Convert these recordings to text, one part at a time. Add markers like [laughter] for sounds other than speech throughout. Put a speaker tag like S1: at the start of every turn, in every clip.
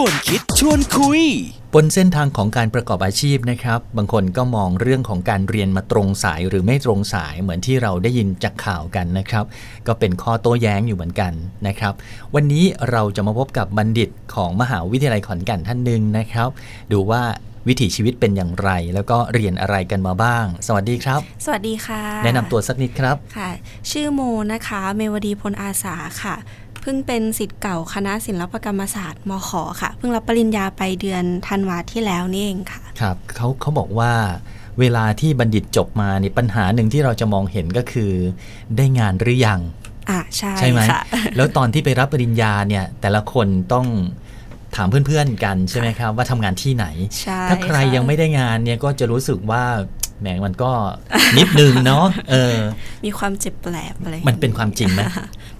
S1: วนคิดชวนคุย
S2: บนเส้นทางของการประกอบอาชีพนะครับ บางคนก็มองเรื่องของการเรียนมาตรงสายหรือไม่ตรงสายเหมือนที่เราได้ยินจากข่าวกันนะครับ ก็เป็นข้อโต้แย้งอยู่เหมือนกันนะครับ วันนี้เราจะมาพบกับบัณฑิตของมหาวิทยาลัยขอนแก่นท่านหนึ่งนะครับ ดูว่าวิถีชีวิตเป็นอย่างไร แล้วก็เรียนอะไรกันมาบ้าง สวัสดีครับ
S3: สวัสดีค่ะ
S2: แนะนำตัวสักนิดครับ
S3: ค่ะ ชื่อโมนะคะ เมวดีพลอาสาค่ะ เพิ่งเป็นสิทธิ์เก่าคณะศิลปกรรมศาสตร์มขค่ะ เพิ่งรับปริญญาไปเดือนธันวาที่แล้วนี่เองค่ะ
S2: ครับเขาเขาบอกว่าเวลาที่บัณฑิตจบมาเนี่ยปัญหาหนึ่งที่เราจะมองเห็นก็คือ ได้งานหรือยัง
S3: อ่ะใช่
S2: ใช่ไหม
S3: ค่ะ
S2: [laughs] แล้วตอนที่ไปรับปริญญาเนี่ย แต่ละคนต้องถามเพื่อนๆกันใช่ไหมครับ ว่าทำงานที่ไหน
S3: ใช่
S2: ถ้าใคระ ยังไม่ได้งานเนี่ยก็จะรู้สึกว่าแหมมันก็นิดนึงเนาะเออ
S3: มีความเจ็บแปลบอะไร
S2: มันเป็นความจริงไหม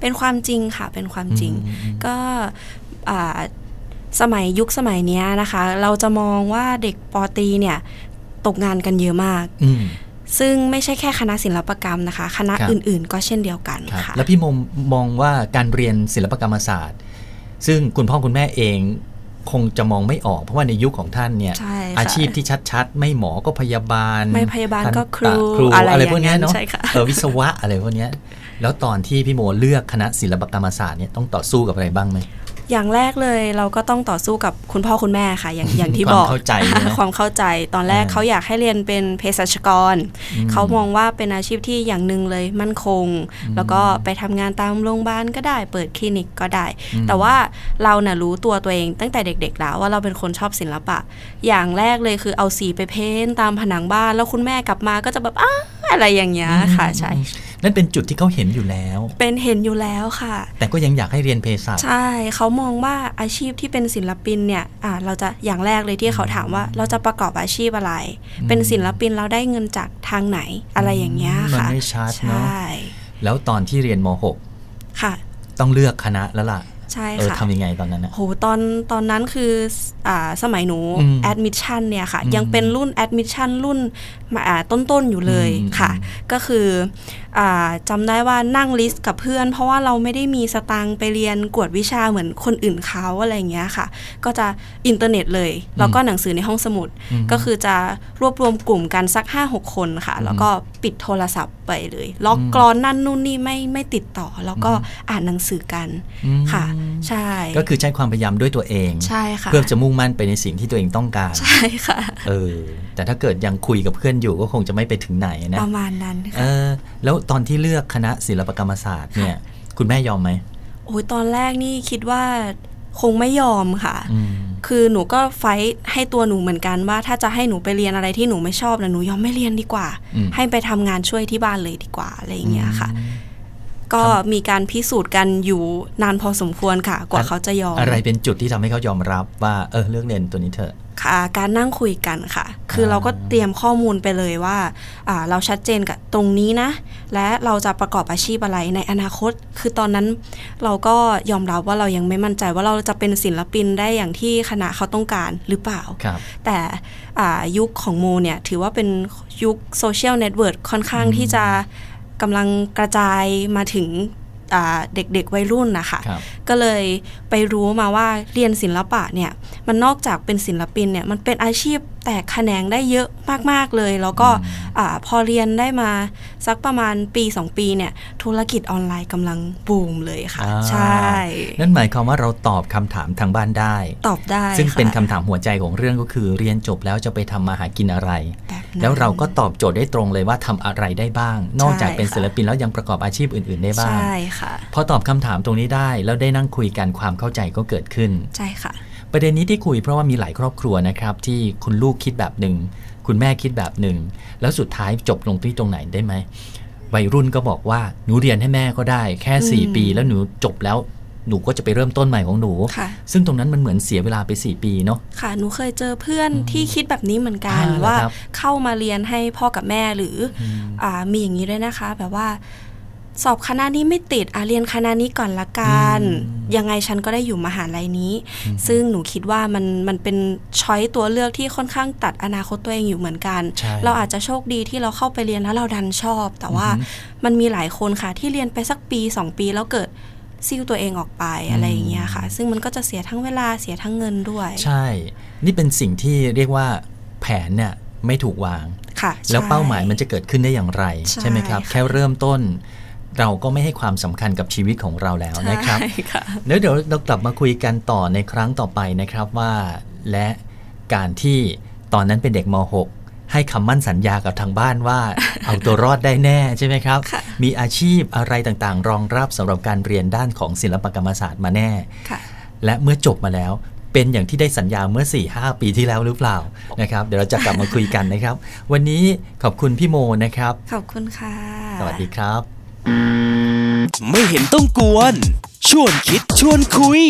S3: เป็นความจริงค่ะ เป็นความจริง
S2: อืมอืม
S3: ก็อ่าสมัยยุคสมัยเนี้ยนะคะ เราจะมองว่าเด็กปอตรีเนี่ยตกงานกันเยอะมาก
S2: อืม
S3: ซึ่งไม่ใช่แค่คณะศิลปกรรมนะคะ คณะอื่นๆ ก็เช่นเดียวกัน
S2: ครับ
S3: ค่ะ
S2: แล้วพี่มมมองว่าการเรียนศิลปกรรมศาสตร์ ซึ่งคุณพ่อคุณแม่เองคงจะมองไม่ออก เพราะว่าในยุคของท่านเนี่ย
S3: ใช่ค่ะ
S2: อาชีพที่ชัดๆ ไม่หมอก็พยาบาล
S3: ไม่พยาบาลก็
S2: ทันต
S3: ครูอะไร
S2: อะไรพวกเนี้ย
S3: อย่างนั้น
S2: เนาะ
S3: ใช่ค่ะ
S2: เออวิศวะอะไรพวกเนี้ยแล้วตอนที่พี่โมเลือกคณะศิลปกรรมศาสตร์เนี่ยต้องต่อสู้กับอะไรบ้างไหม
S3: อย่างแรกเลยเราก็ต้องต่อสู้กับคุณพ่อคุณแม่ค่ะ อย่างอย่างที่
S2: ความ
S3: บอก
S2: เข้าใจนะ
S3: [laughs] ความเข้าใจตอนแรกเขาอยากให้เรียนเป็นเภสัชกร เขามองว่าเป็นอาชีพที่อย่างหนึ่งเลยมั่นคง แล้วก็ไปทำงานตามโรงพยาบาลก็ได้เปิดคลินิกก็ได้ แต่ว่าเราน่ะรู้ตัวตัวเองตั้งแต่เด็กๆแล้วว่าเราเป็นคนชอบศิลปะ อย่างแรกเลยคือเอาสีไปเพ้นตามผนังบ้าน แล้วคุณแม่กลับมาก็จะแบบอ้าอะไรอย่างเงี้ยค่ะใช่
S2: นั่นเป็นจุดที่เขาเห็นอยู่แล้ว
S3: เป็นเห็นอยู่แล้วค่ะ
S2: แต่ก็ยังอยากให้เรียนเภสัช
S3: ใช่เขามองว่าอาชีพที่เป็นศิลปินเนี่ยอ่าเราจะอย่างแรกเลยที่เขาถามว่า เราจะประกอบอาชีพอะไร เป็นศิลปินเราได้เงินจากทางไหนอะไรอย่างเงี้ย
S2: มัน
S3: ค่ะ
S2: ไม่ชัดเนอะ
S3: ใช่
S2: แล้วตอนที่เรียนม
S3: ค่ะ
S2: .6 ต้องเลือกคณะแล้วล่ะ
S3: ใช่
S2: เออ
S3: ค่ะ
S2: ทำยังไงตอนนั้นนะ
S3: โหตอนตอนนั้นคืออ่าสมัยหนู
S2: อืม
S3: แอดมิชชั่นเนี่ยค่ะ
S2: อืม
S3: ยังเป็นรุ่นแอดมิชชั่นรุ่นมาอ่าต้นๆอยู่เลย
S2: อืม
S3: ค่ะ
S2: อื
S3: ก็คืออ่าจำได้ว่านั่งลิสต์กับเพื่อน เพราะว่าเราไม่ได้มีสตังค์ไปเรียนกวดวิชาเหมือนคนอื่นเขาอะไรอย่างเงี้ยค่ะ ก็จะอินเทอร์เน็ตเลย แล้วก็หนังสือในห้องสมุด ก็คือจะรวบรวมกลุ่มกันสัก 5 6 คนค่ะ แล้วก็ปิดโทรศัพท์ไปเลย ล็อกกรอนนั่นนู่นนี่ไม่ไม่ติดต่อ แล้วก็อ่านหนังสือกัน
S2: ม
S3: ค่ะ ใช่
S2: ก็คือใช้ความพยายามด้วยตัวเอง
S3: ใช่ค่ะ
S2: เพื่อจะมุ่งมั่นไปในสิ่งที่ตัวเองต้องการ
S3: ใช่ค่ะ
S2: เออ แต่ถ้าเกิดยังคุยกับเพื่อนอยู่ก็คงจะไม่ไปถึงไหนนะ
S3: ประมาณนั้น
S2: เอ
S3: ค่ะ
S2: อ แล้วตอนที่เลือกคณะศิลปกรรมศาสตร์เนี่ย คุณแม่ยอมไหม
S3: โอ้ยตอนแรกนี่คิดว่าคงไม่ยอมค่ะ
S2: อืม
S3: คือหนูก็ไฟท์ให้ตัวหนูเหมือนกันว่า ถ้าจะให้หนูไปเรียนอะไรที่หนูไม่ชอบนะหนูยอมไม่เรียนดีกว่า
S2: อืม
S3: ให้ไปทำงานช่วยที่บ้านเลยดีกว่าอะไรอย่างเงี้ยค่ะ ก็มีการพิสูจน์กันอยู่นานพอสมควรค่ะ กว่าเขาจะยอม
S2: อะไรเป็นจุดที่ทำให้เขายอมรับว่าเออเลือกเรียนตัวนี้เถอะ
S3: ค่ะการนั่งคุยกันค่ะ คือเราก็เตรียมข้อมูลไปเลยว่าอ่า เราชัดเจนกับตรงนี้นะ และเราจะประกอบอาชีพอะไรในอนาคต คือตอนนั้นเราก็ยอมรับว่าเรายังไม่มั่นใจว่าเราจะเป็นศิลปินได้อย่างที่คณะเขาต้องการหรือเปล่า
S2: ครับ
S3: แต่อ่ายุคของโมเนี่ย ถือว่าเป็นยุคโซเชียลเน็ตเวิร์กค่อนข้างที่จะกำลังกระจายมาถึงอ่าเด็กๆวัยรุ่นนะคะ
S2: ครับ
S3: ก็เลยไปรู้มาว่าเรียนศิลปะเนี่ย มันนอกจากเป็นศิลปินเนี่ย มันเป็นอาชีพแตกแขนงได้เยอะมากๆเลย แล้วก็อาพอเรียนได้มาสักประมาณปี 2 ปีเนี่ย ธุรกิจออนไลน์กำลังบูมเลยค่ะ
S2: อ่า
S3: ใช่
S2: นั่นหมายความว่าเราตอบคำถามทางบ้านได้
S3: ตอบได้
S2: ซึ่งเป็นคำ
S3: ะ
S2: ถามหัวใจของเรื่องก็คือเรียนจบแล้วจะไปทำมาหากินอะไร
S3: บบนั้น
S2: แล้วเราก็ตอบโจทย์ได้ตรงเลยว่าทำอะไรได้บ้าง นอกจากเป็น
S3: ค่ะ
S2: ศิลปินแล้วยังประกอบอาชีพอื่น ๆ ได้บ้าง
S3: ใช่ค่ะ
S2: พอตอบคำถามตรงนี้ได้ แล้วได้นั่งคุยกันความเข้าใจก็เกิดขึ้น
S3: ใช่ค่ะ
S2: ประเด็นนี้ที่คุยเพราะว่ามีหลายครอบครัวนะครับ ที่คุณลูกคิดแบบหนึ่งคุณแม่คิดแบบหนึ่งแล้วสุดท้ายจบลงที่ตรงไหนได้ไหมวัยรุ่นก็บอกว่าหนูเรียนให้แม่ก็ได้ แค่สี่
S3: อืม
S2: ปีแล้วหนูจบแล้วหนูก็จะไปเริ่มต้นใหม่ของหนู
S3: ค่ะ
S2: ซึ่งตรงนั้นมันเหมือนเสียเวลาไปสี่ปีเนาะ
S3: ค่ะ หนูเคยเจอเพื่อนที่คิดแบบนี้เหมือนกัน
S2: อ่า
S3: ว่า
S2: ครับ
S3: เข้ามาเรียนให้พ่อกับแม่หรือออ่ามีอย่างนี้ด้วยนะคะ แบบว่า สอบคณะนี้ไม่ติดอ่ะเรียนคณะนี้ก่อนละกัน ยังไงฉันก็ได้อยู่มหาลัยนี้ ซึ่งหนูคิดว่ามันมันเป็นช้อยตัวเลือกที่ค่อนข้างตัดอนาคตตัวเองอยู่เหมือนกัน
S2: ใช่
S3: เราอาจจะโชคดีที่เราเข้าไปเรียนแล้วเราดันชอบ แต่ว่ามันมีหลายคนค่ะ ที่เรียนไปสักปีสองปีแล้วเกิด ซิ้วตัวเองออกไปอะไรอย่างเงี้ยค่ะ ซึ่งมันก็จะเสียทั้งเวลาเสียทั้งเงินด้วย
S2: ใช่ นี่เป็นสิ่งที่เรียกว่าแผนเนี่ยไม่ถูกวาง
S3: ค่ะ
S2: แล้ว
S3: ใช่
S2: เป้าหมายมันจะเกิดขึ้นได้อย่างไร
S3: ใช่
S2: ใช่ไหมครับ
S3: ค่ะ
S2: แค่เริ่มต้น เราก็ไม่ให้ความสำคัญกับชีวิตของเราแล้วนะครับ
S3: ใช่ค่ะ
S2: แล้วเดี๋ยวเรากลับมาคุยกันต่อในครั้งต่อไปนะครับว่า และการที่ตอนนั้นเป็นเด็กม .6 ให้คำมั่นสัญญากับทางบ้านว่า เอาตัวรอดได้แน่ใช่ไหมครับ
S3: ค่ะ
S2: มีอาชีพอะไรต่างๆ รองรับสำหรับการเรียนด้านของศิลปกรรมศาสตร์มาแน่
S3: ค่ะ
S2: และเมื่อจบมาแล้วเป็นอย่างที่ได้สัญญาเมื่อ 4 5 ปีที่แล้วหรือเปล่านะครับเดี๋ยวเราจะกลับมาคุยกันนะครับ วันนี้ขอบคุณพี่โมนะครับ
S3: ขอบคุณค่ะ
S2: สวัสดีครับ
S1: ไม่เห็นต้องกวน ชวนคิดชวนคุย